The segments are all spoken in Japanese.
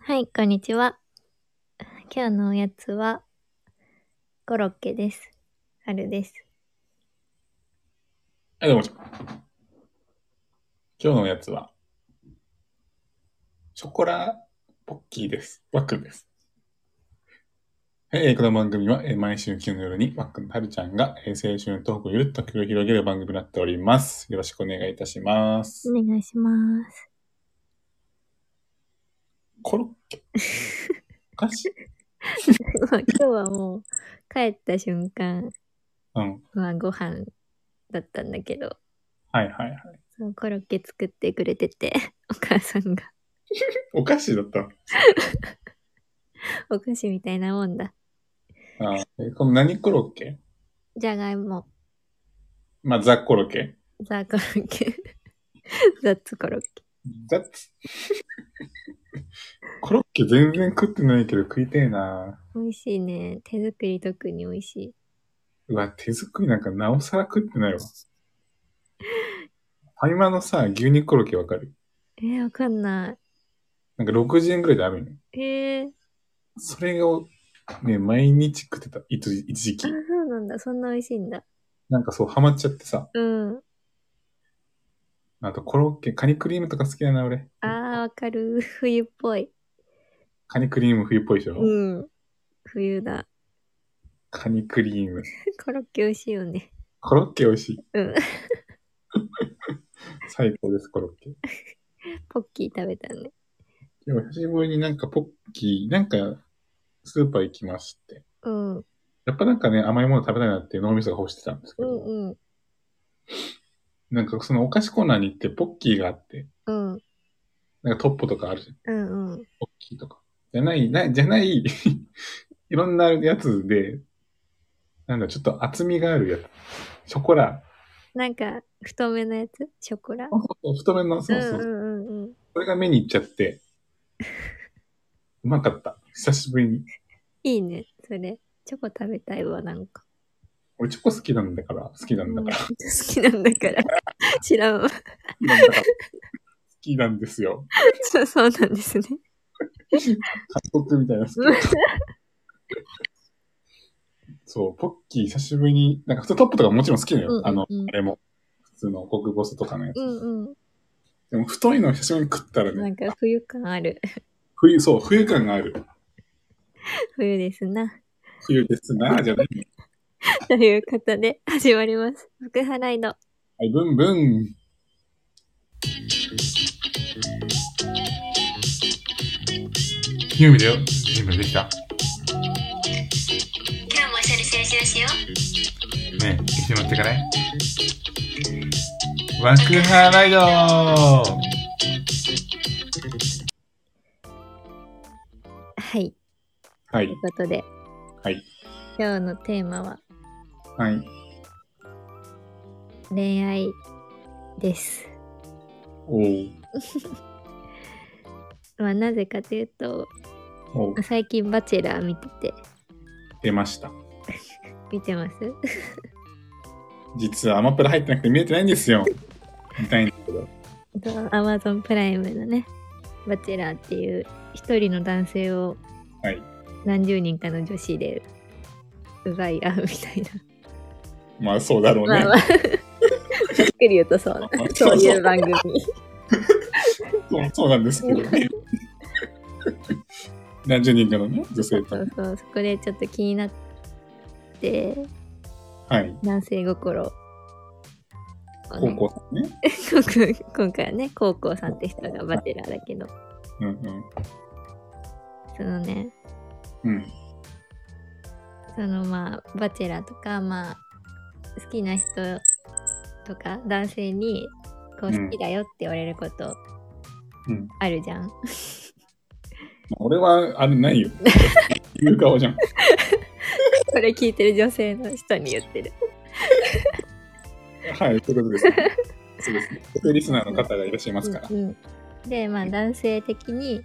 はい、こんにちは。今日のおやつは、コロッケです。春です。はい、どうも。今日のおやつは、ショコラポッキーです。ワックンです。はいえーこの番組は、えー毎週金の夜にワックンのはるちゃんが、えー青春のトークをゆるっと繰り広げる番組になっております。よろしくお願いいたします。お願いします。コロッケ。お菓子 まあ今日はもう、帰った瞬間うん。はご飯だったんだけど、はいはいはい。そうコロッケ作ってくれてて、 お母さんが、 お菓子だったのお菓子みたいなもんだ。あーえーこの何コロッケじゃがいも、まあ、ザコロッケ。ザコロッケ、 ザッツコロッケ。ザッツ。 コロッケ全然食ってないけど食いてえな美味しいね。手作り特に美味しい。うわ、手作りなんかなおさら食ってないわ。ファミマのさ、牛肉コロッケわかるえー、わかんななんか60円ぐらいであるよね。い。えー、それを、ね、毎日食ってた。一時一時あ、そ期。うなんだ。そんな美味しいんだ。なんかそう、ハマっちゃってさ。うん。あと、コロッケ、カニクリームとか好きだな、俺。あー、わかる。 冬っぽい。カニクリーム冬っぽいでしょ、うん。冬だ。カニクリーム。コロッケ美味しいよね。コロッケ美味しい。うん。 最高です、コロッケ。ポッキー食べたね。でも、久しぶりになんかポッキー、なんか、スーパー行きまして。うん。うんやっぱなんかね、甘いもの食べたいなっていう脳みそが欲してたんですけど。うん。なんかそのお菓子コーナーに行ってポッキーがあって、うん。なんかトッポとかあるじゃん。うんうん。ポッキーとか。じゃない、ない、じゃない、 いろんなやつで、なんだ、ちょっと厚みがあるやつ。ショコラ。なんか、太めのやつショコラそうそう太めの、そうそう。んうんうんうん。それが目にいっちゃって、うまかった。久しぶりに。いいね。それ。チョコ食べたいわ、なんか。俺チョコ好きなんだから、好きなうんだんか好ら。きなんだから。 知らんわ。 好きなんだから。好きなんですよ。そうそうなんですね。韓国みたいな。そう、ポッキー久しぶりに、なんか普通トップとかもちろん好きだよ。うんうんうんあの、あれも。普通の国ボスとかのやつ。うんでも太いの久しぶりに食ったらうん。なね、んか冬感ある。冬、そう、冬感がある。冬ですな。冬ですな、じゃない。ということで、始まります。福原井のはい、ブンブン。ユーミだよ。準備できた。今日も一緒に青春しよう。ねえ、一緒に乗ってかないワクハライドはい。はとい、いうことで、はい、今日のテーマははい。恋愛です。おう、まあ、なぜかというと、おう、最近バチェラー見てて、出ました。見てます実はアマプラ入ってなくて見えてないんですよ。みたいな。アマゾンプライムのね、バチェラーっていう一人の男性をはい。何十人かの女子で奪い合うみたいな。まあそうだろうまねあま。あ、ざっくり言うとそう なまあ、そういう番組。そうそうなんですけど ね。何十人かのね、女性とそ。うそう、そこでちょっと気になって、はい。男性心をね高校さんね。今回 今回はね高校さんって人がバチェラーだけどうんうん。そのねうん。そのまあバチェラーとかまあ好きな人とか男性にこううん好きだよって言われることうん、あるじゃん、俺は、あれな いよ。言う顔じゃん。それ聞いてる女性の人に言ってるはい、そういうことです、ね。そうですね。女性リスナーの方がいらっしゃいますからう。んうんでまあ男性的に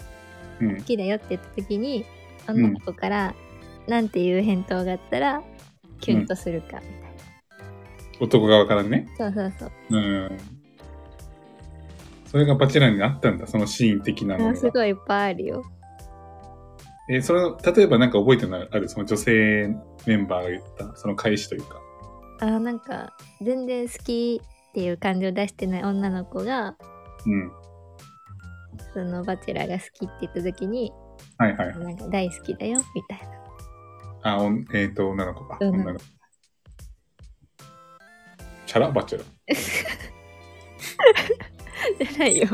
うん好。きだよって言った時に女の子からなんていう返答があったらキュンとするかみたい男側からね。な、そうそううん。それがバチェラーにあったんだ、そのシーン的なそうもあのすが。ごいいっぱいあるよえーその、例えばなんか覚えてるのある、その女性メンバーが言った、その返しというか。あーなんか全然好きっていう感情出してない女の子がうん。そのバチェラーが好きって言った時にはいはい。なんか大好きだよみたいな あ、おんえっ、と、女の子か。うん女の子。チャラバチェラ。じゃないよ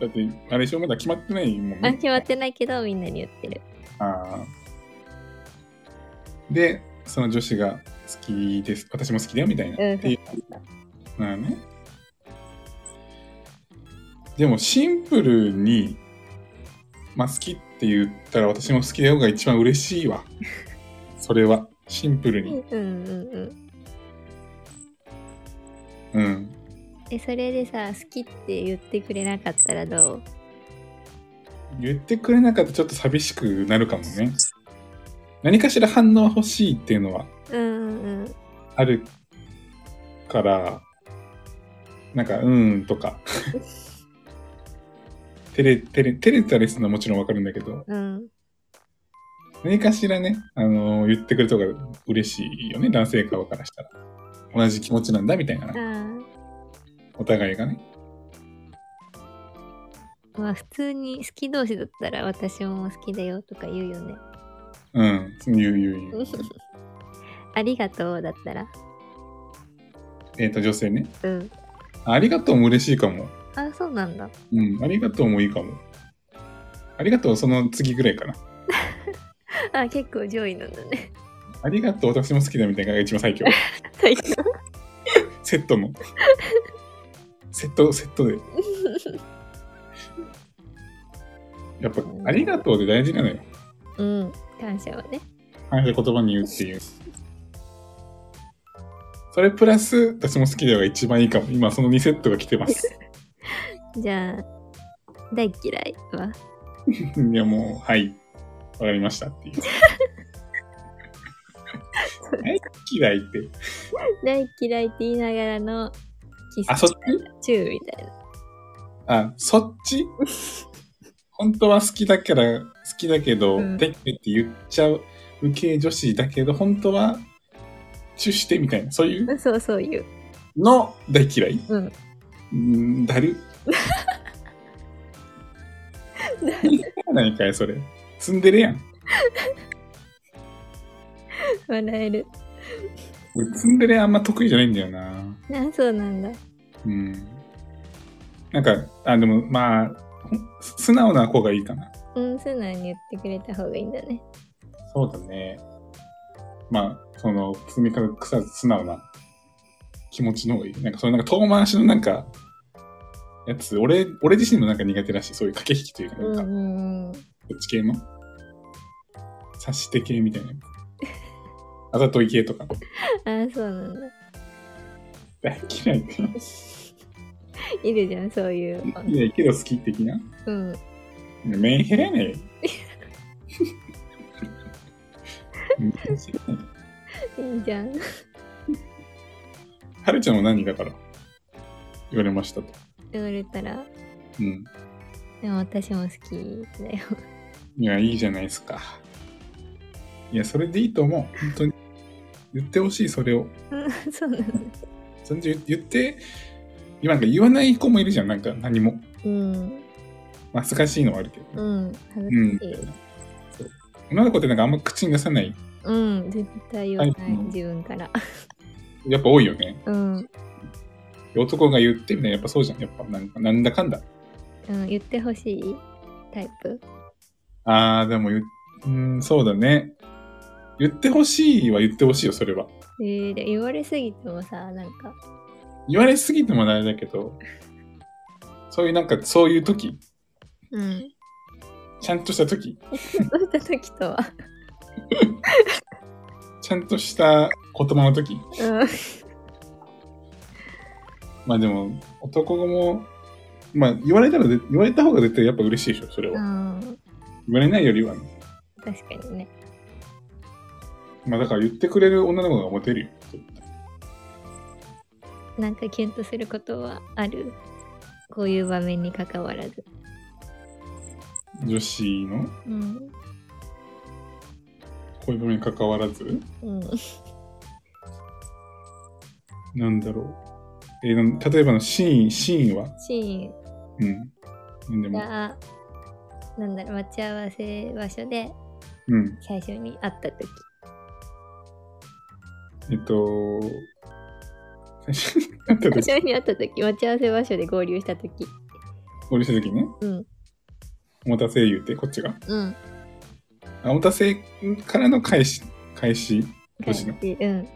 だって、あれでしょまだ決まってないもんあね。決まってないけどみんなに言ってるあーで、その女子が好きです。私も好きだよ、みたいな。うんっていう。まあね。でも、シンプルに、まあ、好きって言ったら私も好きだよが一番嬉しいわ。それは、シンプルうにん。うんうんうん。えそれでさ好きって言ってくれなかったらどう言ってくれなかったらちょっと寂しくなるかもね。何かしら反応は欲しいっていうのはうんうんうんあるから、なんか、うーんとか。照れ、照れ、照れたりするのはもちろんわかるんだけど、うん何かしらね、あのー言ってくれた方が嬉しいよね、男性側からしたら。同じ気持ちなんだみたいな、あお互いがね。あまあ普通に好き同士だったら私も好きだよとか言う よねうん、言う言う 言う。ありがとうだったらえっ、と、女性ね。うんあありがとうも嬉しいかも。あそうなんだうん、ありがとうもいいかも。ありがとう、その次ぐらいかな。あ結構上位なん だねありがとう、私も好きだみたいなのが一番最強。最初セットの。セット、セットで。やっぱ、ありがとうって大事なのよ。うん感謝はね感謝言葉に言うっていう。それプラス、私も好きだよが一番いいかも。今、その2セットが来てます。 じゃあ大嫌いはいや、もう、はい。わかりましたっていう。大嫌いって。大嫌いって言いながらのキスあ、そっちチューみたいなあ、そっち本当は好きだから、好きだけど、うんでっけって言っちゃう系女子だけど、本当は、チュしてみたいな、そういうそうそういうの大嫌い。うんうん、だる。何かい、それ。ツンデレやん。笑える俺、ツンデレあんま得意じゃないんだよな。あそうなんだうん。なんか、あ、でも、まあ、ほん素直な子がいいかな。うん素直に言ってくれた方がいいんだねそうだね。まあ、その、積み隠さず素直な気持ちの方がいい。なんか、そのなんか遠回しのなんか、やつ、俺、俺自身もなんか苦手らしい。そういう駆け引きというか、うなんんか、うこんうんっち系の、察して系みたいなやつ。あざとい系とか。あそうなんだ大嫌い。いるじゃんそういう嫌いけど好き的な。うんメンヘラや ねいいじん。メンヘラやねんゃんはるちゃんは何だから言われましたと。言われたらうん。でも私も好きだよ いや、いいじゃないですか。いや、それでいいと思う。本当に。言ってほしい、それを。うんそうなんだそれで言言って、今なんか言わない子もいるじゃん、なんか何も。うんまあ恥ずかしいのはあるけど。うん恥うん。ずかしいそう女の子ってなんかあんま口に出さない。うん、絶対言わな、はいい自分からやっぱ多いよね。うん、男が言ってみたいな、やっぱそうじゃん。やっぱなんかなんだかんだ。うん、言ってほしいタイプあー、でも言っ、うーん、そうだね。言ってほしいは言ってほしいよ、それは。えーで言われすぎてもさなんか言われすぎてもあれだけど、そういうなんか、そういう時、うんちゃんとした時、そうした時とはちゃんとした言葉の時。うまあでも、男も、まあ言われたらぜ、言われた方が絶対やっぱ嬉しいでしょ、それは。ん、うん、言われないよりは、ね、確かにねまあだから言ってくれる女の子がモテるよ。絶対なんかキュンとすることはあるこういう場面に関わらず女子のうん恋文に関わらず、うんなんだろう。えーなん例えばのシーン、シーンはシーンうん。なんでも。が、なんだろう、待ち合わせ場所でうん。最初に会った時。えっと、最初に会った時、最初に会った時、待ち合わせ場所で合流した時。合流した時ね、うん。お待たせ言うて、こっちが。うん。あお待たせからの開始、開始。どうしよ感じうん。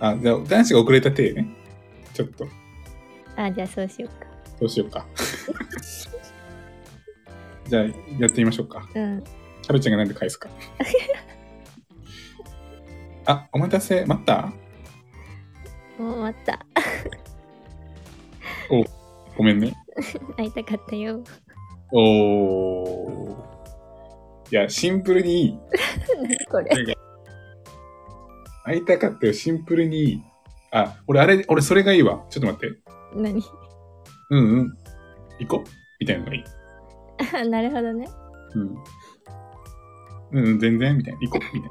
あ、じゃあ男子が遅れた手ね。ちょっと、あ、じゃあそうしようか。どうしようか。 じゃあ、やってみましょうか。うん。はるちゃんがなんで返す か。あ、お待たせ、待ったもう待った。ごめんね。会いたかったよ。おー。いや、シンプルにいい。 何これ。会いたかったよ、シンプルにいい。あ、俺、あれ、俺、それがいいわ。ちょっと待って。何 うんうん。行こう。みたいなのがいい。あなるほどね。うん。うんうん、全然、みたいな。行こう。みたいな。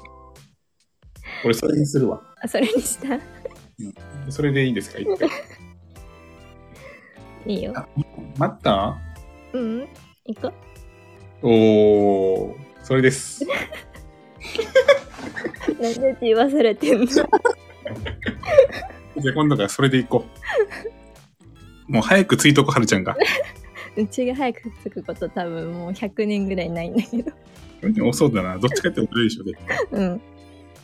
俺、それにするわ。あそれにした。それでいいですか、一回。いいよ。あ待ったうん。行こう。おー、それです。なんで言わされてんの じゃあ今度からそれで行こう。もう早くついとこ、はるちゃんが。うちが早く着くこと多分もう100年ぐらいないんだけど。遅そうだな。どっちかって遅れるでしょ、絶対。うん。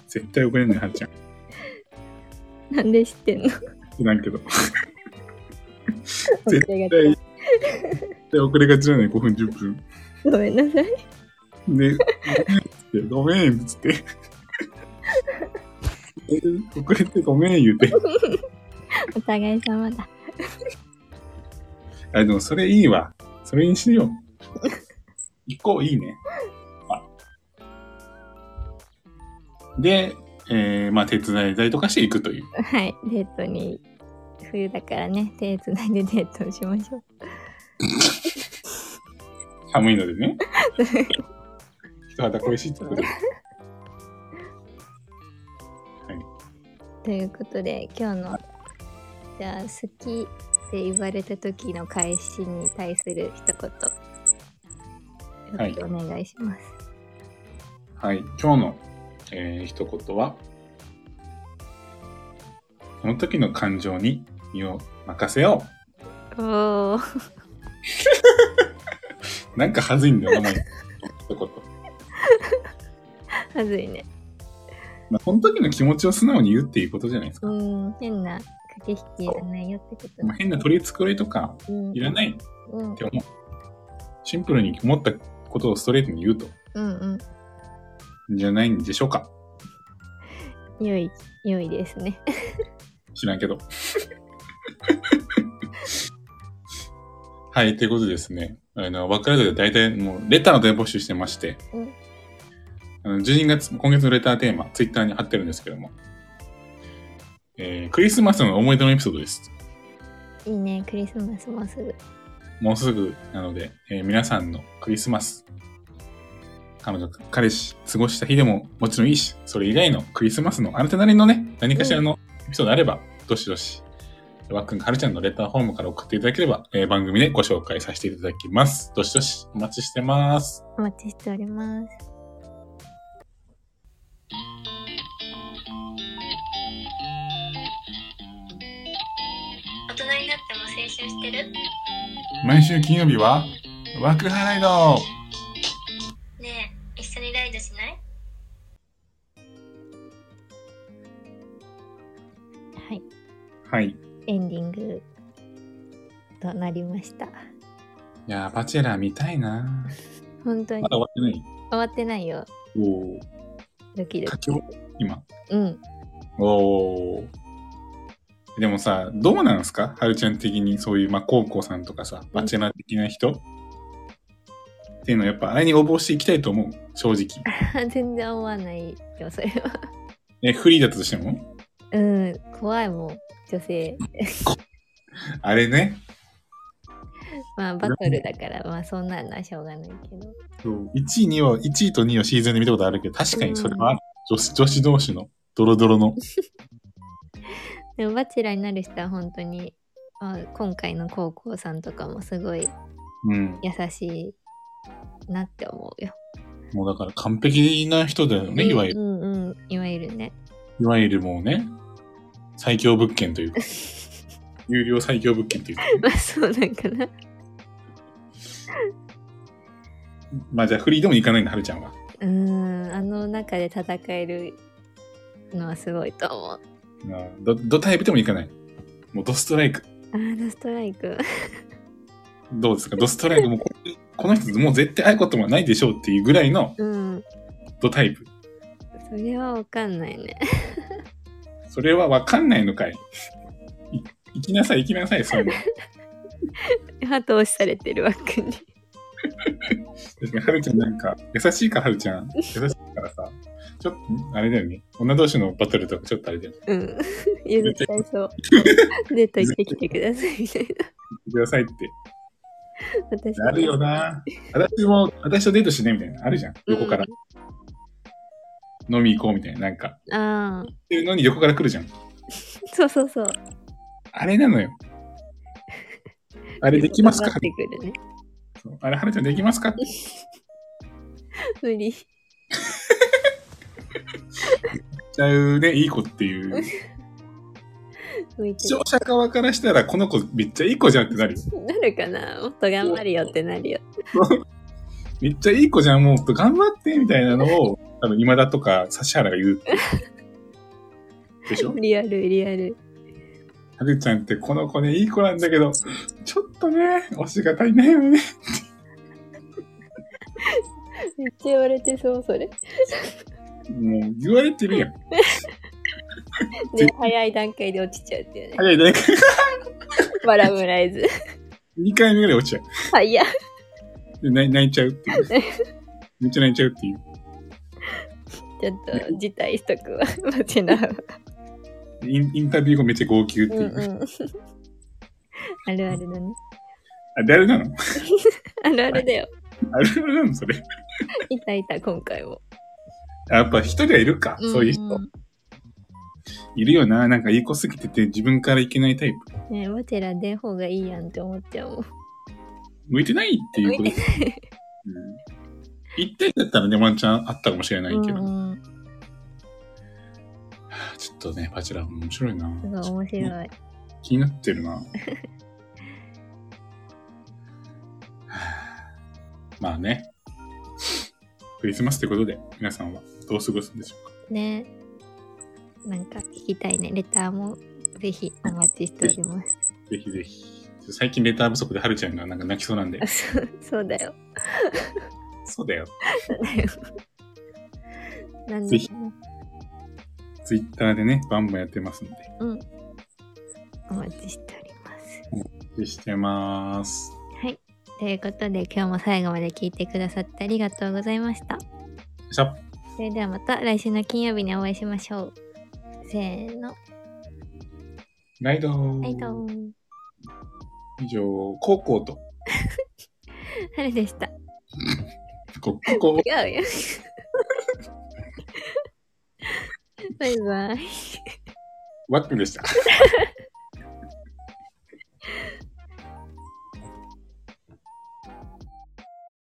絶対遅れない、はるちゃん。なんで知ってんの知らんけど。遅れ絶対、絶対遅れがちなのに5分、10分。ごめんなさい。で、ごめんっつって、ごめんっつって。遅れてごめん言うて。お互い様だ。あ、でもそれいいわ。それにしよう。行こう、いいね。あで、えー、まあ手伝いたりとかして行くという。はい。デートに、冬だからね、手つないでデートをしましょう。寒いのでね。人肌恋しいってことで。ということで、今日の、じゃあ、好きって言われた時の返しに対する一言、はよいろしくお願いします。はい。今日の、えー、一言は、その時の感情に身を任せよう。おー、なんか恥ずいんだよ、お前。一言。はずいね。まあ、その時の気持ちを素直に言うっていうことじゃないですか。うん、変な駆け引きいらないよってことまあ、ね。変な取り繕いとかうんいらないっうん、て思う。シンプルに思ったことをストレートに言うと。うん、じゃないんでしょうか。うん。良い、良いですね。 知らんけど。はい、ということでですね。あの、ワークライドで大体もう、レターの大募集してまして、うんあの12月、今月のレターテーマ、ツイッターに貼ってるんですけども、えークリスマスの思い出のエピソードです。いいね、クリスマスもすぐ。もうすぐなので、えー皆さんのクリスマス、彼女、彼氏、過ごした日でももちろんいいし、それ以外のクリスマスのあなたなりのね、何かしらのエピソードあれば、どしどし、わっくん、はるちゃんのレターフォームから送っていただければ、えー番組でご紹介させていただきます。どしどしお待ちしてます。お待ちしております。大人になっても青春してる毎週金曜日は、ワークハイライドねえ一緒にライドしないはい、はい。いエンディングとなりました。やー、バチェラー見たいな本当にまだ終わってない終わってないよ。おー、ドキド佳キ。境今。うん。 おお。でもさ、どうなんすかはるちゃん的に、そういう、まあ、高校さんとかさ、バチェラー的な人、っていうのは、やっぱ、あれに応募していきたいと思う、正 直。全然思わないよ、それは。え、フリーだったとしてもうん、怖いもん、女性。あれね。まあバトルだから、まあそんなのはしょうがないけど。そう1位、2位は、1位と2位はシーズンで見たことあるけど、確かにそれはある。女子女子同士のドロドロの。でもバチェラーになる人は本当に、あ今回の高校さんとかもすごいうん。優しいなって思うよ。もうだから完璧な人だよね、いわゆる。うんうん、いわゆるね。 いわゆるもうね、最強物件と いうか、有料最強物件というか、まあそうなんかな。まあじゃあフリーでも行かないんだ、はるちゃんは。うーん、あの中で戦えるのはすごいと思う。うんど、どタイプでも行かない。もうドストライク。あのストライク。どうですかドストライクもうこれこの人もう絶対会うことはないでしょうっていうぐらいのうん。ドタイプ。それはわかんないね。それはわかんないのかい。い行きなさい、行きなさい、そういうの。後押しされてる枠に。確かに、はるちゃんなんか、優しいから、はるちゃん。優しいからさ、ちょっと、あれだよね。女同士のバトルとかちょっとあれだよね。うん。譲っちゃい そう。デート行ってきてくださいみたいな。くださいって。私あるよな。私も、私とデートしねみたいな。あるじゃん。横から。飲み行こうみたいな。なんか。うんああ。っていうのに横から来るじゃん。そうそうそう。あれなの よ。あれできますか頑張ってくるね。そうあれ、はるちゃんできますか無理。ちゃう ね、いい子っていう。向いて視聴者側からしたら、この子めっちゃいい子じゃんってなるよ。る。なるかなもっと頑張るよってなるよ。めっちゃいい子じゃん、もっと頑張ってみたいなのを、多分今田とか指原が言うっていう。でしょリアル、リアル。はるちゃんってこの子ね、いい子なんだけど、ちょっとね、推しが足りないよね。めっちゃ言われてそう、それ。もう言われてるやん。で、早い段階で落ちちゃうっていうね。早い大学笑うらえず。 2回目ぐらい落ちちゃう。早い。で泣泣いちゃうっ ていう。めっちゃ泣いちゃうっていう。ちょっと辞退しとくわ。マジな。インインタビュー後めっちゃ号泣ってうんいう。うん。 あるあるだ ね。あ、誰なのあるあるだよ。あれなのそれ。いたいた、今回も。あやっぱ一人はいるか。そういう人。んいるよな。なんかいい子すぎてて自分からいけないタイプ。ねえ、バチェラー出ん方がいいやんって思っちゃうもん。向いてないっていうこと。うん一点だったらね、ワンチャンあったかもしれないけど。うんうん、ちょっとね、バチェラー面白いな。すごい面白い。気になって るな。はあまあね。クリスマスということで、皆さんはどう過ごすんでしょうか。ねなんか聞きたいね。レターもぜひお待ちしております。。ぜひぜひ。最近レター不足で、はるちゃんがなんか泣きそうなんでそう そうだよ。そうだよ。そうだよ。なんぜでひツイッターでね、バンバンやってますので。お待ちしております。お待ちしてます。はい。ということで今日も最後まで聞いてくださってありがとうございました。シャッそれではまた来週の金曜日にお会いしましょう。せーの、ライドーはいどうも。 以上、高校と。春でした。ここ違うよ。 バイバイ。ワックでした。